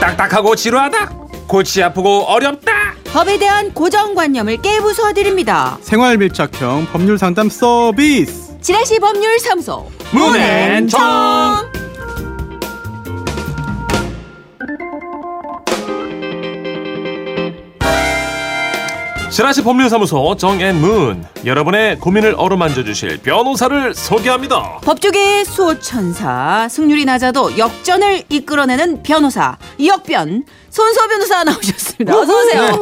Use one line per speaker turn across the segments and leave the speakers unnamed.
딱딱하고 지루하다 골치 아프고 어렵다
법에 대한 고정관념을 깨부숴드립니다.
생활 밀착형 법률 상담 서비스.
지라시 법률 사무소
문앤정. 지라시 법률사무소 정앤문 여러분의 고민을 어루만져 주실 변호사를 소개합니다
법조계의 수호천사 승률이 낮아도 역전을 이끌어내는 변호사 역변 손소 변호사 나오셨습니다. 어서 오세요.
네.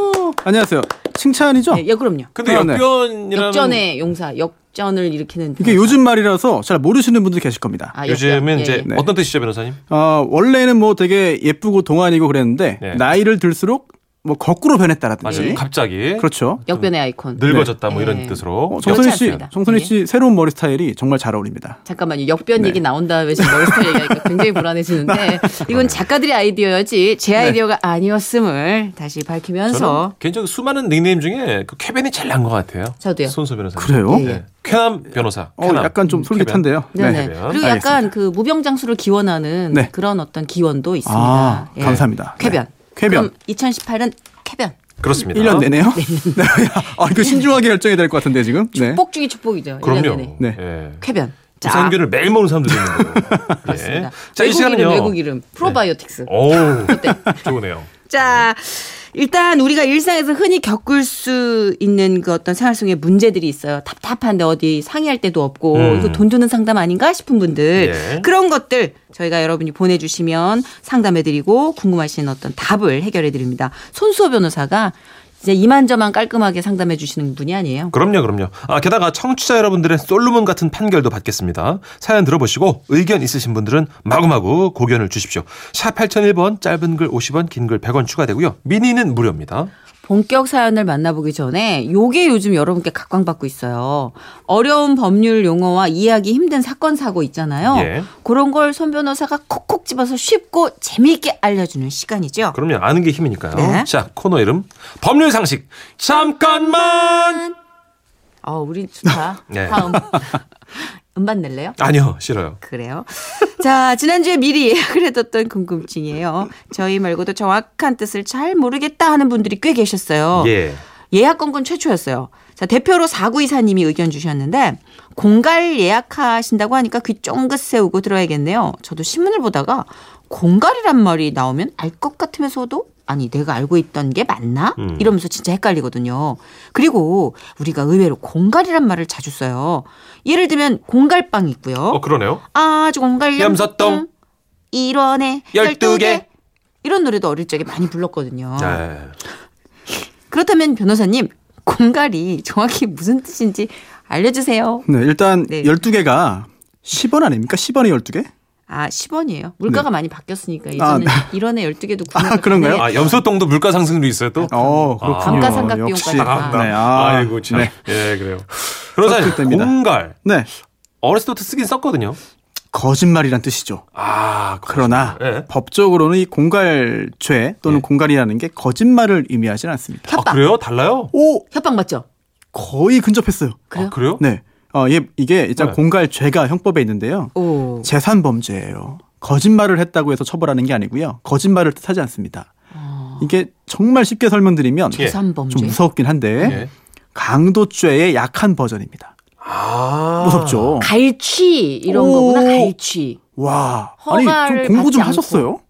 안녕하세요. 칭찬이죠?
예, 예, 그럼요.
근데
아, 네.
역변이라는
역전의 용사 역전을 일으키는
이게
변호사.
요즘 말이라서 잘 모르시는 분들 계실 겁니다.
아,
요즘은
역변.
이제
예, 예.
어떤 뜻이죠 변호사님?
어, 원래는 뭐 되게 예쁘고 동안이고 그랬는데
네.
나이를 들수록 뭐 거꾸로 변했다라든지.
맞아요 갑자기
그렇죠.
역변의 아이콘.
늙어졌다 뭐
네.
이런
예.
뜻으로
어, 정선희
그렇지
씨,
않습니다.
정선희
예.
씨 새로운 머리 스타일이 정말 잘 어울립니다.
잠깐만요. 역변
네.
얘기 나온 다음에 지금 머리 스타일 얘기하니까 굉장히
네.
불안해지는데 이건 작가들의 아이디어였지 제 아이디어가 아니었음을 다시
저는
밝히면서
개인적으로 수많은 닉네임 중에 그 쾌변이 제일 난 것 같아요
저도요.
손소 변호사님
그래요?
예, 예.
네. 쾌남 변호사
어,
쾌남.
약간 좀
음,
솔깃한데요.
쾌변.
네네.
네.
그리고 약간 그 무병장수를 기원하는
네.
그런 어떤 기원도 있습니다.
아,
예.
감사합니다.
쾌변.
쾌변.
그럼 2018은 쾌변.
그렇습니다
1년 내내요? 네. 아, 이거 신중하게 결정해야 될 것 같은데 지금. 네.
축복 중의 축복이죠. 일 년
그럼요
내내.
네.
예.
쾌변. 자,
유산균을 매일 먹는 사람들이 있는 거예요
그렇습니다.
예. 자, 이
외국
시간은요
이름 외국 이름 프로바이오틱스.
어우 좋네요
자, 일단 우리가 일상에서 흔히 겪을 수 있는 그 어떤 생활 속의 문제들이 있어요. 답답한데 어디 상의할 데도 없고
음.
이거 돈 주는 상담 아닌가 싶은 분들
예.
그런 것들 저희가 여러분이 보내주시면 상담해드리고 궁금하신 어떤 답을 해결해드립니다. 손수호 변호사가 이제 이만저만 깔끔하게 상담해 주시는 분이 아니에요.
그럼요, 그럼요. 아, 게다가 청취자 여러분들의 솔루문 같은 판결도 받겠습니다. 사연 들어보시고 의견 있으신 분들은 마구마구 고견을 주십시오. 샵 8001번, 짧은 글 50원, 긴 글 100원 추가되고요. 미니는 무료입니다.
본격 사연을 만나보기 전에 요게 요즘 여러분께 각광받고 있어요. 어려운 법률 용어와 이해하기 힘든 사건 사고 있잖아요.
예.
그런 걸 손 변호사가 콕콕 집어서 쉽고 재미있게 알려주는 시간이죠.
그럼요, 아는 게 힘이니까요.
네.
자, 코너 이름. 법률 상식. 잠깐만!
어, 우리 좋다.
네.
다음 음반 낼래요?
아니요, 싫어요.
그래요. 자, 지난주에 미리 예약을 해뒀던 궁금증이에요. 저희 말고도 정확한 뜻을 잘 모르겠다 하는 분들이 꽤 계셨어요.
예.
예약 건건 최초였어요. 자, 대표로 4924님이 의견 주셨는데, 공갈 예약하신다고 하니까 귀 쫑긋 세우고 들어야겠네요. 저도 신문을 보다가, 공갈이란 말이 나오면 알 것 같으면서도, 아니, 내가 알고 있던 게 맞나?
음.
이러면서 진짜 헷갈리거든요. 그리고 우리가 의외로 공갈이란 말을 자주 써요. 예를 들면, 공갈빵 있고요.
어, 그러네요.
아주 공갈
염소똥.
염소똥. 1원에
열두 개.
12개. 이런 노래도 어릴 적에 많이
아.
불렀거든요.
네.
그렇다면 변호사님 공갈이 정확히 무슨 뜻인지 알려주세요.
네, 일단
네.
12개가 10원 아닙니까? 10원에 12개?
아 10원이에요. 물가가 많이 바뀌었으니까
네. 아,
예전에 1원에 12개도 구매가
아, 그런가요?
가능해요.
아, 염소똥도 물가 상승률이 있어요, 또?
어, 그렇군요.
감가상각비용까지
역시.
다 나간다.
네, 아,
이고 참.
네.
예, 그래요. 그러자
섭득됩니다.
공갈.
네.
어렸을 때부터 쓰긴 썼거든요.
거짓말이란 뜻이죠.
아,
그러나
예.
법적으로는 이 공갈죄 또는
예.
공갈이라는 게 거짓말을 의미하진 않습니다.
아,
협박.
그래요? 달라요?
오,
협박 맞죠?
거의 근접했어요.
그래요?
아, 그래요?
네. 어, 예, 이게 일단
네.
공갈죄가 형법에 있는데요.
오.
재산 범죄예요. 거짓말을 했다고 해서 처벌하는 게 아니고요. 거짓말을 뜻하지 않습니다. 이게 정말 쉽게 설명드리면
예.
좀
재산범죄.
무섭긴 한데
예.
강도죄의 약한 버전입니다.
아.
무섭죠.
갈취 이런
오.
거구나. 갈취.
와,
허가를
아니 좀 공부 좀
받지
하셨어요?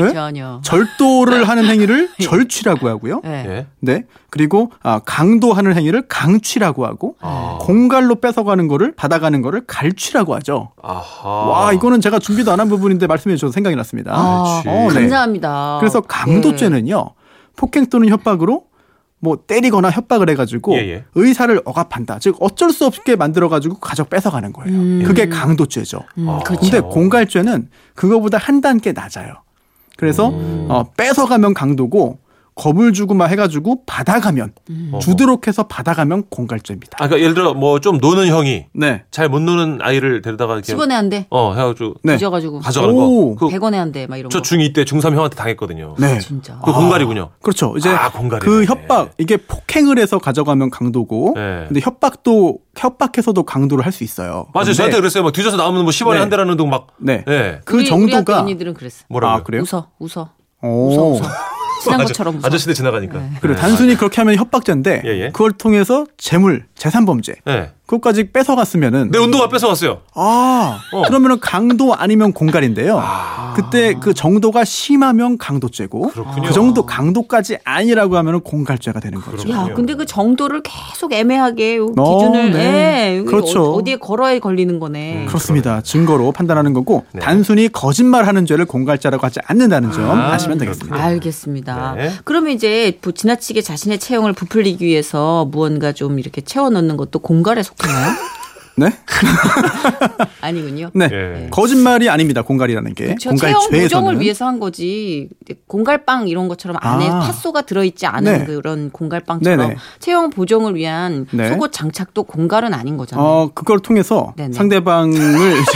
네?
전혀.
절도를 하는 행위를
네.
절취라고 하고요.
예.
예.
네. 그리고 아, 강도하는 행위를 강취라고 하고
아.
공갈로 뺏어가는 거를 받아가는 거를 갈취라고 하죠.
아하.
와, 이거는 제가 준비도 안 한 부분인데 말씀해 주셔서 생각이 났습니다.
아,
갈취.
어, 네.
감사합니다. 예.
그래서 강도죄는요. 폭행 또는 협박으로 뭐 때리거나 협박을 해가지고
예, 예.
의사를 억압한다. 즉 어쩔 수 없게 만들어가지고 가족 뺏어가는 거예요.
음.
그게 강도죄죠.
예. 음,
아.
그렇죠.
근데
그렇죠.
공갈죄는 그거보다 한 단계 낮아요. 그래서
음.
어, 뺏어가면 강도고 겁을 주고만 해가지고 받아가면
음.
어.
주도록 해서 받아가면 공갈죄입니다.
아, 그러니까 예를 들어 뭐 좀 노는 형이
네.
잘 못 노는 아이를 데려다가 이렇게
집어내 한 대.
어, 해 가지고
네.
잊어가지고.
가져가는
오.
거. 그,
100원에 한 대. 막 이런
저
거.
중2 때 중3 형한테 당했거든요.
네.
진짜.
그 공갈이군요.
그렇죠. 이제
아, 공갈이네.
그 협박 이게 폭행을 해서 가져가면 강도고
네.
근데 협박도 협박해서도 강도를 할 수 있어요.
맞아요.
그런데
저한테 그랬어요. 막 뒤져서 나오면 뭐 10원에
네.
한 대라는 둥 막.
네.
예.
그
우리, 우리 학교
정도가
언니들은 그랬어.
뭐라고요?
아, 그래요?
웃어, 웃어.
오.
웃어, 웃어. 지난
아저-
것처럼 웃어.
아저씨들 지나가니까.
그리고
네.
단순히 그렇게 하면 협박죄인데
예, 예.
그걸 통해서 재물, 재산 범죄
네.
그것까지 뺏어갔으면은
내 운동화 뺏어왔어요.
아
네, 어.
그러면은 강도 아니면 공갈인데요. 그때 그 정도가 심하면 강도죄고
그렇군요.
그 정도 강도까지 아니라고 하면은 공갈죄가 되는 거죠.
그렇죠.
야, 근데 그 정도를 계속 애매하게 요
어,
기준을
네.
예, 이게
그렇죠.
어, 디에 걸어야 걸리는 거네.
음.
그렇습니다. 증거로 판단하는 거고
네.
단순히 거짓말하는 죄를 공갈죄라고 하지 않는다는 점
아, 그렇군요.
아시면 되겠습니다.
알겠습니다.
네.
그러면 이제 부- 지나치게 자신의 체형을 부풀리기 위해서 무언가 좀 이렇게 채워 넣는 것도 공갈에 속하나요?
네,
아니군요.
네.
예.
거짓말이 아닙니다. 공갈이라는 게
저 체형
공갈죄에서는
보정을 위해서 한 거지 공갈빵 이런 것처럼 안에
아.
팥소가 들어있지 않은
네.
그런 공갈빵처럼
네네.
체형 보정을 위한
네.
속옷 장착도 공갈은 아닌 거잖아요.
어 그걸 통해서
네네.
상대방을 이제,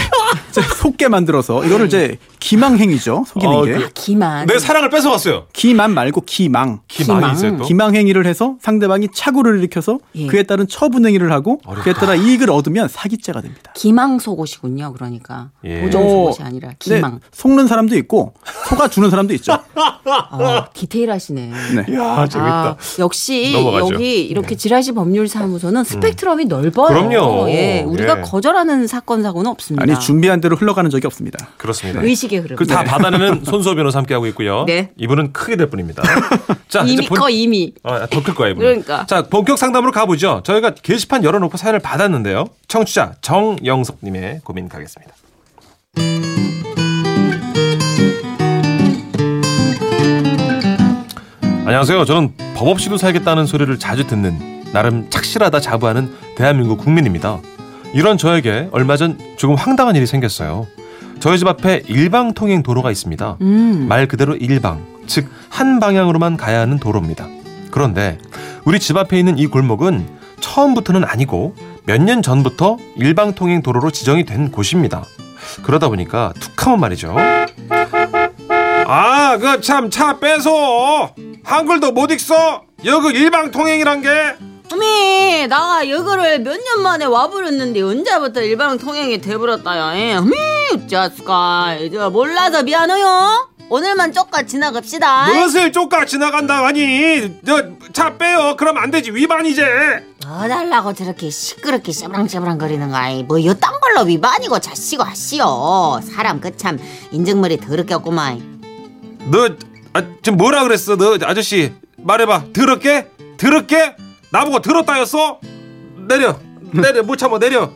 이제 속게 만들어서 이거를 이제 기망행위죠. 속이는
어,
게
그-
아, 기만.
네,
내 사랑을 뺏어왔어요.
기만 말고 기망.
기망이 있어요 또.
기망행위를 해서 상대방이 착오를 일으켜서
예.
그에 따른 처분행위를 하고 그에
어렵다.
따라 이익을 얻으면 사기죄가 됩니다.
기망 속옷이군요. 그러니까
예.
보정
오. 네.
속옷이 아니라
근데
기망.
속는 사람도 있고 속아 주는 사람도 있죠.
어, 디테일하시네.
네.
이야 재밌다.
아, 역시
넘어가죠. 네. 음.
여기 이렇게 지라시 법률사무소는 스펙트럼이 넓어요.
그럼요.
예, 우리가
예.
거절하는 사건 사고는 없습니다.
아니 준비한 대로 흘러가는 적이 없습니다.
그렇습니다.
의식의 흐름.
그다 받아내는 손수호 변호사 함께 하고 있고요.
네.
이분은 크게 될 뿐입니다. 자,
이미
이제 본-
거 이미.
아, 더클 거예요. 이분은.
그러니까.
자, 본격 상담으로 가보죠. 저희가 게시판 열어놓고 사연을 받았는데요. 청취자 정영섭님의 고민 가겠습니다. 안녕하세요. 저는 법 없이도 살겠다는 소리를 자주 듣는 나름 착실하다 자부하는 대한민국 국민입니다. 이런 저에게 얼마 전 조금 황당한 일이 생겼어요. 저희 집 앞에 일방 통행 도로가 있습니다.
음.
말 그대로 일방, 즉 한 방향으로만 가야 하는 도로입니다. 그런데 우리 집 앞에 있는 이 골목은 처음부터는 아니고 몇 년 전부터 일방 통행 도로로 지정이 된 곳입니다. 그러다 보니까 툭하면 말이죠. 아, 그 참 차 빼서 한글도 못 읽어. 여기 일방 통행이란 게.
어미 나 여거를 몇 년 만에 와버렸는데 언제부터 일방 통행이 돼버렸다야 어미 어쩌스까 저 몰라서 미안해요 오늘만 쪼까 지나갑시다
무엇을 쫓가 지나간다 하니 차 빼요 그럼 안 되지 위반이제
뭐 달라고 저렇게 시끄럽게 쩌브랑쩌브랑 거리는 거아뭐 요딴 걸로 위반이고 자시고 하시오 사람 그 참 인증머리 더럽게 없구만
너 아, 지금 뭐라 그랬어 너 아저씨 말해봐 더럽게 더럽게 나보고 들었다였어 내려 내려 못 참아 내려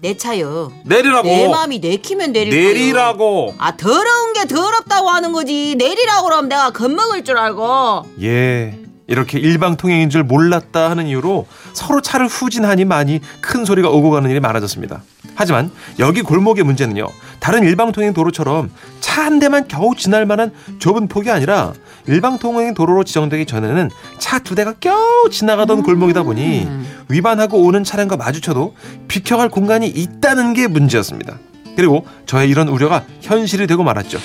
내 차요
내리라고
내 마음이 내키면 내릴 거요.
뭐? 내리라고
아 더러운 게 더럽다고 하는 거지 내리라고 그러면 내가 겁먹을 줄 알고
예 이렇게 일방통행인 줄 몰랐다 하는 이유로 서로 차를 후진하니 많이 큰 소리가 오고 가는 일이 많아졌습니다 하지만 여기 골목의 문제는요 다른 일방통행 도로처럼 차 한 대만 겨우 지날 만한 좁은 폭이 아니라 일방통행 도로로 지정되기 전에는 차 두 대가 겨우 지나가던 골목이다 보니 위반하고 오는 차량과 마주쳐도 비켜갈 공간이 있다는 게 문제였습니다 그리고 저의 이런 우려가 현실이 되고 말았죠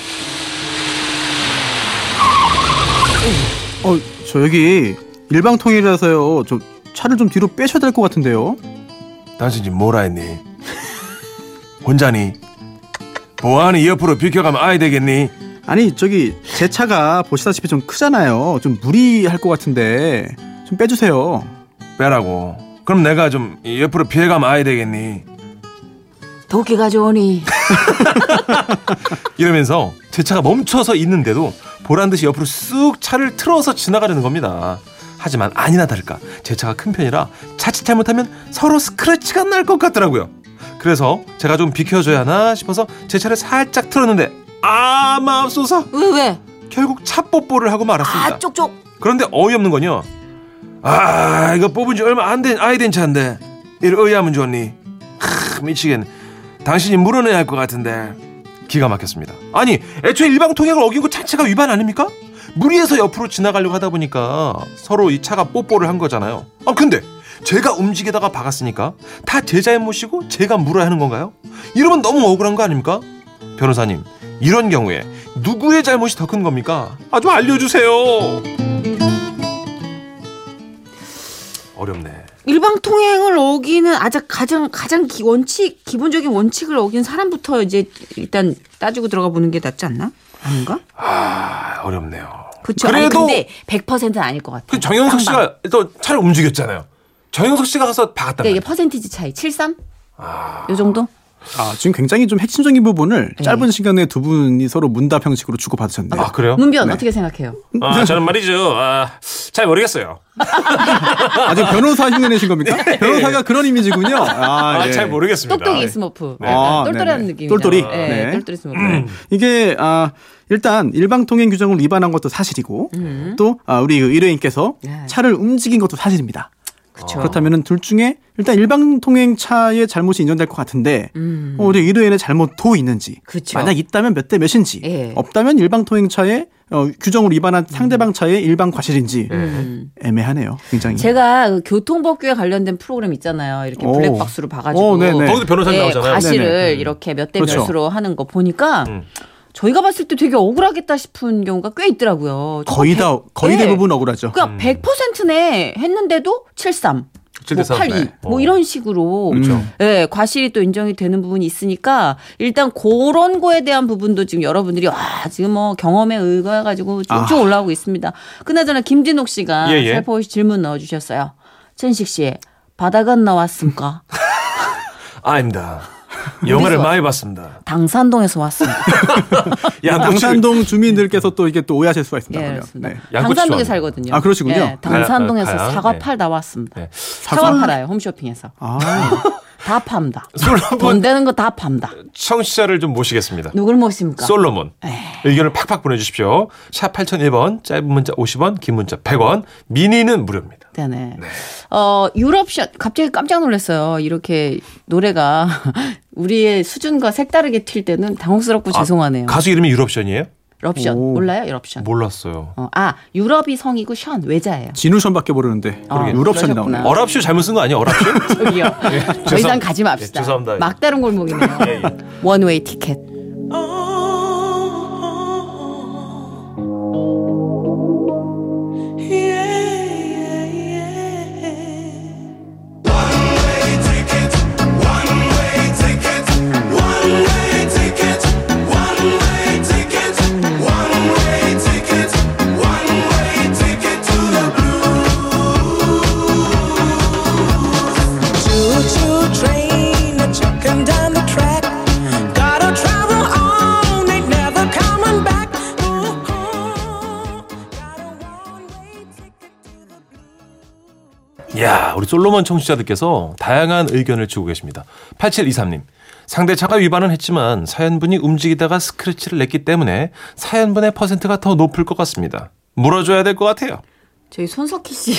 어, 저 여기 일방 통일이라서요. 저 차를 좀 뒤로 빼셔야 될 것 같은데요.
당신 지금 뭐라 했니? 혼자니? 보안이 옆으로 비켜가면 아이 되겠니?
아니 저기 제 차가 보시다시피 좀 크잖아요. 좀 무리할 것 같은데 좀 빼주세요.
빼라고. 그럼 내가 좀 옆으로 피해가면 아이 되겠니?
도끼가 좋으니
이러면서 제 차가 멈춰서 있는데도 보란 듯이 옆으로 쑥 차를 틀어서 지나가려는 겁니다. 하지만 아니나 다를까 제 차가 큰 편이라 자칫 잘못하면 서로 스크래치가 날 것 같더라고요. 그래서 제가 좀 비켜줘야 하나 싶어서 제 차를 살짝 틀었는데 아 마음소사
왜 왜?
결국 차 뽀뽀를 하고 말았습니다.
아 쪽쪽
그런데 어이없는 건요. 아 이거 뽑은 지 얼마 안 된 아이덴 차인데 이를 의아하면 좋니? 크 미치겠네. 당신이 물어내야 할 것 같은데 기가 막혔습니다. 아니 애초에 일방통행을 어긴 것 자체가 위반 아닙니까? 무리해서 옆으로 지나가려고 하다 보니까 서로 이 차가 뽀뽀를 한 거잖아요. 아 근데 제가 움직이다가 박았으니까 다 제 잘못이고 제가 물어야 하는 건가요? 이러면 너무 억울한 거 아닙니까? 변호사님 이런 경우에 누구의 잘못이 더 큰 겁니까? 아 좀 알려주세요. 어렵네.
일방 통행을 어기는 아직 가장 가장 기, 원칙 기본적인 원칙을 어긴 사람부터 이제 일단 따지고 들어가 보는 게 낫지 않나? 아닌가?
아, 어렵네요.
그렇죠.
그래도-
아니, 근데 100%는 아닐 것 같아요.
그 정영석
쌍방.
씨가 또 차를 움직였잖아요. 정영석 씨가 가서 박았단
그러니까
말이에요.
이게 퍼센티지 차이 73? 요 정도?
아, 지금 굉장히 좀 핵심적인 부분을
네.
짧은 시간에 두 분이 서로 문답 형식으로 주고받으셨네요.
음.
음?
아, 그래요?
문변 어떻게 생각해요?
아, 저는 말이죠. 아, 잘 모르겠어요.
아직 변호사 흉내내신 겁니까? 변호사가 그런 이미지군요. 아,
예, 아,
예.
잘 모르겠습니다.
똑똑이 스머프.
네. 음.
약간
아,
똘똘한
네네.
느낌이죠.
똘똘이?
네,
네.
똘똘이 스머프.
이게 아 일단 일방통행 규정을 위반한 것도 사실이고
음.
또 아, 우리 그 의뢰인께서
예.
네.
차를 움직인 것도 사실입니다.
그쵸.
그렇다면은 둘 중에 일단 일방통행 차의 잘못이 인정될 것 같은데
음.
어, 우리 의뢰인의 잘못도 있는지
그쵸.
만약 있다면 몇 대 몇인지
예.
없다면 일방통행 차의 어, 규정을 위반한 상대방 차의 일방 과실인지
예.
애매하네요. 굉장히.
음. 예. 제가 그 교통법규에 관련된 프로그램 있잖아요. 이렇게
음. 오.
블랙박스로 봐가지고
오, 네네.
거기도 변호사님 나오잖아요.
과실을
네네.
이렇게 몇 대
그렇죠.
몇으로 하는 거 보니까
음.
저희가 봤을 때 되게 억울하겠다 싶은 경우가 꽤 있더라고요.
거의 다 거의
네.
대부분 억울하죠.
그러니까 100%네 했는데도 73,
음. 칠대
뭐
삼,
82,
네.
뭐
어.
이런 식으로
그렇죠.
예, 과실이 또 인정이 되는 부분이 있으니까 일단 그런 거에 대한 부분도 지금 여러분들이 와 지금 뭐 경험에 의거해 가지고 쭉쭉 올라오고 있습니다. 그나저나 김진옥 씨가
예, 예.
살포시 질문 넣어주셨어요. 천식 씨 바다 건너왔습니까?
아닙니다. 영화를
어디서?
많이 봤습니다.
당산동에서 왔습니다.
양꼬치를
양산동 주민들께서 또 이게 또 오해하실 수가 있습니다.
예,
그러면.
그렇습니다.
네.
양꼬치 좋아하는구나.
당산동에 살거든요.
아, 그러시군요.
예, 당산동에서
가야, 가야.
사과
네.
팔 나왔습니다.
네.
사과 팔아요 홈쇼핑에서
아.
다 팝니다. 돈
솔로몬
되는 거 다 팝니다.
청취자를 좀 모시겠습니다.
누굴 모십니까?
솔로몬
네.
의견을 팍팍 보내주십시오. 샵 8001번 짧은 문자 50원 긴 문자 100원 미니는 무료입니다.
네네. 어, 유럽션, 갑자기 깜짝 놀랐어요. 이렇게 노래가 우리의 수준과 색다르게 튈 때는 당혹스럽고 죄송하네요.
아, 가수 뭐- 이름이 유럽션이에요?
럽션.
오.
몰라요? 유럽션.
몰랐어요.
어, 아, 유럽이 성이고 션, 외자예요.
진우션밖에 모르는데
어, 그러셨구나.
유럽션이 나오네.
아.
어랍쇼 잘못 쓴 거 아니에요? 어랍쇼?
저기요. 더 이상
예, 죄송-
가지 맙시다.
예, 죄송합니다.
막다른 골목이네요.
예, 예.
원웨이 티켓.
Choo-choo train, a chucking down the track. Gotta travel on, ain't never coming back. Ooh, got a one-way ticket to the blue.
야, 우리 솔로몬 청취자들께서 다양한 의견을 주고 계십니다. 8723님. 상대차가 위반은 했지만 사연분이 움직이다가 스크래치를 냈기 때문에 사연분의 퍼센트가 더 높을 것 같습니다. 물어줘야 될 것 같아요.
저희 손석희 씨.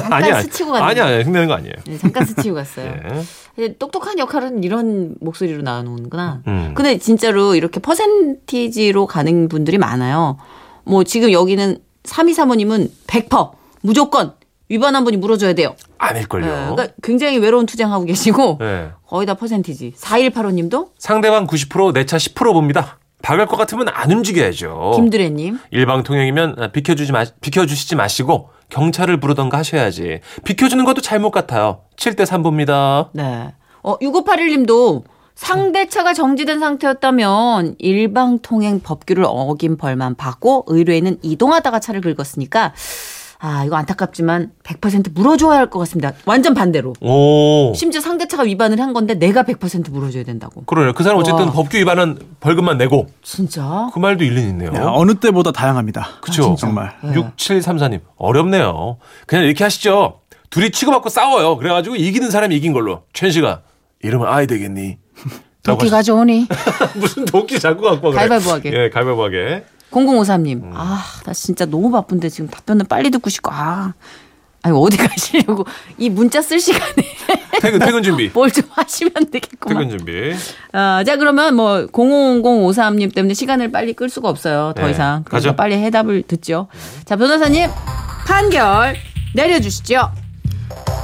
잠깐 스치고 갔는데.
아니, 아니, 흉내는 거 아니에요.
네, 잠깐 스치고 갔어요.
예.
근데 똑똑한 역할은 이런 목소리로 나오는구나.
음.
근데 진짜로 이렇게 퍼센티지로 가는 분들이 많아요. 뭐 지금 여기는 3235님은 100% 무조건 위반한 분이 물어줘야 돼요. 예,
아닐걸요.
그러니까 굉장히 외로운 투쟁하고 계시고
예.
거의 다 퍼센티지. 4185님도
상대방 90%, 내 차 10% 봅니다. 박을 것 같으면 안 움직여야죠.
김두래님.
일방 통행이면 아, 비켜주지 마, 비켜주시지 마시고 경찰을 부르던가 하셔야지. 비켜주는 것도 잘못 같아요. 7대 3봅니다.
네. 어 6581님도 상대차가 정지된 상태였다면 일방통행 법규를 어긴 벌만 받고 의뢰인은 이동하다가 차를 긁었으니까 아 이거 안타깝지만 100% 물어줘야 할 것 같습니다. 완전 반대로.
오.
심지어 상대차가 위반을 한 건데 내가 100% 물어줘야 된다고.
그러네요. 그 사람 어쨌든
와.
법규 위반은 벌금만 내고
진짜?
그 말도 일리 있네요.
야, 어느 때보다 다양합니다.
그쵸?
정말.
예.
6734님. 어렵네요. 그냥 이렇게 하시죠. 둘이 치고받고 싸워요. 그래가지고 이기는 사람이 이긴 걸로. 최 씨가 이러면 아이 되겠니? 라고
도끼 가져오니?
하시- 무슨 도끼 자꾸 갖고 와 그래.
가위바위보 하게.
예, 가위바위보 하게.
0053님. 아, 나 진짜 너무 바쁜데 지금 답변을 빨리 듣고 싶고. 아. 아니 어디 가시려고 이 문자 쓸 시간에
퇴근, 퇴근 준비.
뭘 좀 하시면 되겠구만.
퇴근 준비.
아, 자 그러면 뭐 0053님 때문에 시간을 빨리 끌 수가 없어요. 더
네,
이상. 그래서
가죠.
빨리 해답을 듣죠. 자 변호사님 판결 내려주시죠.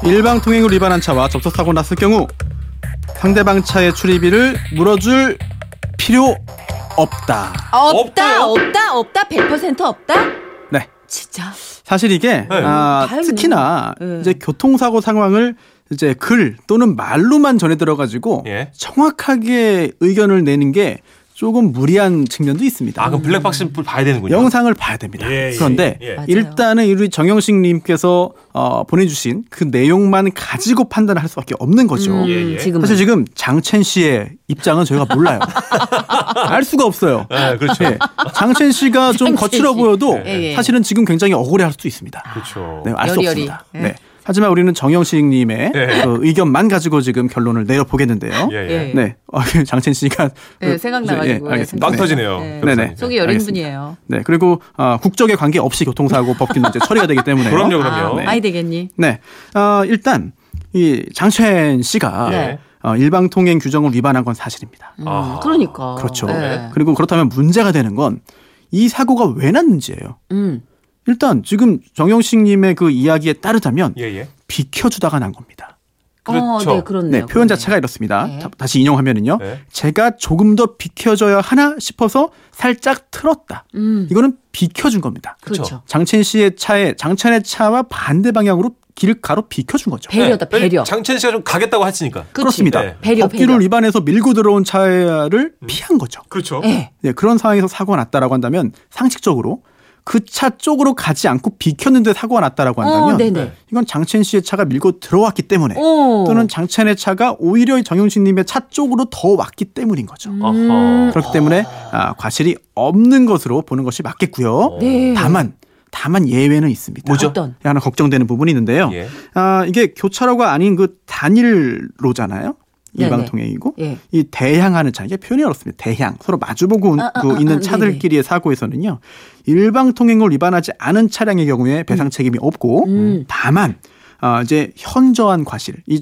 일방통행을 위반한 차와 접촉사고 났을 경우 상대방 차의 출입비를 물어줄 필요 없다.
아, 없다
없어요?
없다 없다 100% 없다.
네.
진짜.
사실 이게
네.
아,
음, 다행이네.
특히나
네.
이제 교통사고 상황을 이제 글 또는 말로만 전해 들어가지고
예.
정확하게 의견을 내는 게 조금 무리한 측면도 있습니다.
아, 그럼 블랙박스 봐야 되는군요.
영상을 봐야 됩니다.
예, 예,
그런데
예.
맞아요.
일단은 우리 정영식 님께서 어, 보내주신 그 내용만 가지고 판단을 할 수밖에 없는 거죠.
예, 예.
음, 지금
사실 지금 장첸 씨의 입장은 저희가 몰라요. 알 수가 없어요.
예, 그렇죠.
예. 장첸 씨가 좀
장첸
거칠어
씨.
보여도
예, 예.
사실은 지금 굉장히 억울해할 수 있습니다.
그렇죠.
네, 알 수
여리여리.
없습니다.
예.
네. 하지만 우리는 정영식님의
예.
그 의견만 가지고 지금 결론을 내려보겠는데요.
예,
예.
예.
네, 어, 장첸 씨가
예, 생각나가지고,
예, 알겠습니다.
막
네.
터지네요.
네.
변호사님.
속이 여린
알겠습니다.
분이에요.
네, 그리고 어, 국적에 관계 없이 교통사고 법규 문제 처리가 되기 때문에
그럼요,
아,
그럼요.
많이 되겠니?
네, 어, 일단 이 장첸 씨가
네.
어, 일방통행 규정을 위반한 건 사실입니다.
음,
아. 네.
그러니까.
그렇죠.
예.
그리고 그렇다면 문제가 되는 건 이 사고가 왜 났는지예요.
음.
일단 지금 정영식님의 그 이야기에 따르자면
예, 예.
비켜주다가 난 겁니다.
그렇죠.
어, 네, 그렇네요.
네, 표현
그러네요.
자체가 이렇습니다.
네.
다- 다시 인용하면은요.
네.
제가 조금 더 비켜줘야 하나 싶어서 살짝 틀었다.
음.
이거는 비켜준 겁니다.
그렇죠.
장첸 씨의 차에 장첸의 차와 반대 방향으로 길가로 비켜준 거죠.
배려다,
네,
배려.
장첸 씨가 좀 가겠다고 했으니까.
그치?
그렇습니다.
네.
배려,
법규를
배려.
위반해서 밀고 들어온 차를 피한 거죠.
그렇죠.
예.
네, 그런 상황에서 사고가 났다라고 한다면 상식적으로 그 차 쪽으로 가지 않고 비켰는데 사고가 났다라고
어,
한다면
네네.
이건 장첸 씨의 차가 밀고 들어왔기 때문에
오.
또는 장첸의 차가 오히려 정용신님의 차 쪽으로 더 왔기 때문인 거죠.
음.
어허.
그렇기 때문에 아, 과실이 없는 것으로 보는 것이 맞겠고요.
네.
다만 다만 예외는 있습니다.
뭐죠?
어떤?
하나 걱정되는 부분이 있는데요.
예.
아, 이게 교차로가 아닌 그 단일로잖아요.
네네.
일방통행이고
예.
이 대향하는 차 이게 표현이 어렵습니다. 대향 서로 마주보고
아, 아,
그
아,
있는
아,
차들끼리의 사고에서는요 일방통행을 위반하지 않은 차량의 경우에 배상 책임이 없고
음.
다만 아, 이제 현저한 과실 이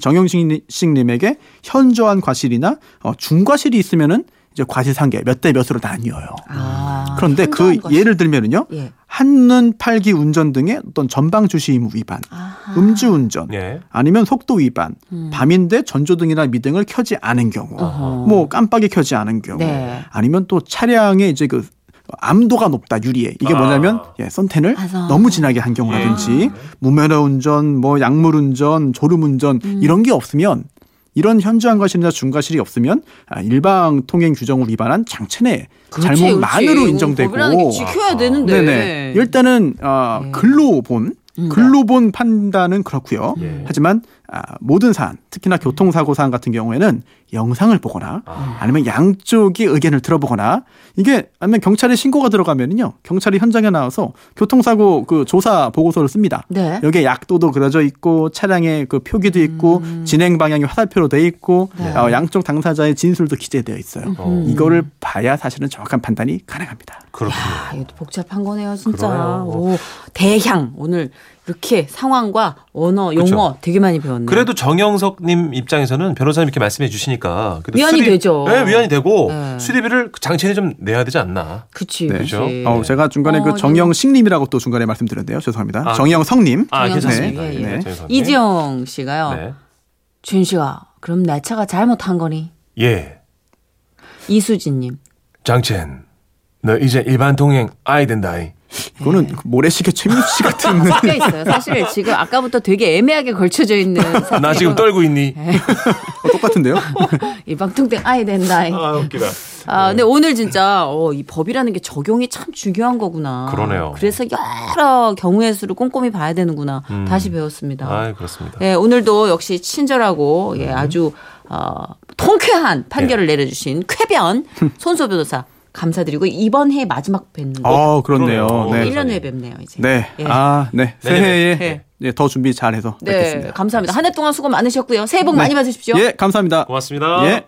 정영식님에게 현저한 과실이나 어, 중과실이 있으면은 이제 과실상계 몇 대 몇으로 나뉘어요.
아,
그런데 그
현저한 거지.
예를 들면은요
예.
한눈 팔기 운전 등의 어떤 전방 주시 의무 위반,
아하.
음주운전,
예.
아니면 속도 위반, 밤인데 전조등이나 미등을 켜지 않은 경우,
음. 어허.
뭐 깜빡이 켜지 않은 경우,
네.
아니면 또 차량의 이제 그 암도가 높다 유리에 이게
아.
뭐냐면 예, 선텐을
맞아.
너무 진하게 한 경우라든지 무면허 운전, 뭐 약물 운전, 졸음 운전 이런 게 없으면 이런 현저한 과실이나 중과실이 없으면 아, 일방 통행 규정을 위반한 장첸의
그렇지, 음,
잘못만으로
그렇지.
인정되고
법이라는 게 지켜야 되는데.
네네. 일단은 어,
네.
글로 본
음.
글로 본 판단은 그렇고요.
예.
하지만 아, 모든 사안, 특히나 교통사고 사안 같은 경우에는 영상을 보거나
아.
아니면 양쪽이 의견을 들어보거나 이게 아니면 경찰에 신고가 들어가면은요 경찰이 현장에 나와서 교통사고 그 조사 보고서를 씁니다.
네.
여기에 약도도 그려져 있고 차량의 그 표기도 있고 진행 방향이 화살표로 돼 있고 어, 양쪽 당사자의 진술도 기재되어 있어요.
음.
이거를 봐야 사실은 정확한 판단이 가능합니다.
그렇군요.
아, 이것도 복잡한 거네요, 진짜.
그러네요.
오, 대향. 오늘 이렇게 상황과 언어, 용어 되게 많이 배웠네요.
그래도 정영석님 입장에서는 변호사님 이렇게 말씀해 주시니까 그래도
위안이 되죠.
네, 위안이 되고
네.
수리비를 장첸이 좀 내야 되지 않나.
그치,
네.
그치.
그죠?
어, 제가 중간에
어,
그 정영식님이라고 또 중간에 말씀드렸네요. 죄송합니다.
아,
정영성님.
아,
정영석
괜찮습니다.
씨, 예,
예,
예.
정영석님.
이지영 씨가요.
네.
준 씨가 그럼 내 차가 잘못한 거니?
예.
이수진님.
장첸. 너 이제 일반 통행 아이 된다이.
이거는
네.
그 모래시계 최민수 씨 같은.
섞여 있어요. 사실 지금 아까부터 되게 애매하게 걸쳐져 있는
나 지금 떨고 있니?
네.
어, 똑같은데요?
이 방통대 아이 된다.
아, 웃기다.
네.
아, 근데 오늘 진짜 어, 이 법이라는 게 적용이 참 중요한 거구나.
그러네요.
그래서 여러 경우의 수를 꼼꼼히 봐야 되는구나.
음.
다시 배웠습니다.
아, 그렇습니다.
예, 오늘도 역시 친절하고
음.
예, 아주 어, 통쾌한 판결을
예.
내려주신 쾌변 손소 변호사 감사드리고 이번 해 마지막 뵙는 거.
어, 그렇네요.
그러네요.
일
네.
년 후에 뵙네요, 이제.
네.
예.
아, 네. 새해에
네.
예, 더 준비 잘해서
네,
뵙겠습니다. 네.
감사합니다. 한 해 동안 수고 많으셨고요. 새해 복 많이 받으십시오.
예, 감사합니다.
고맙습니다.
예.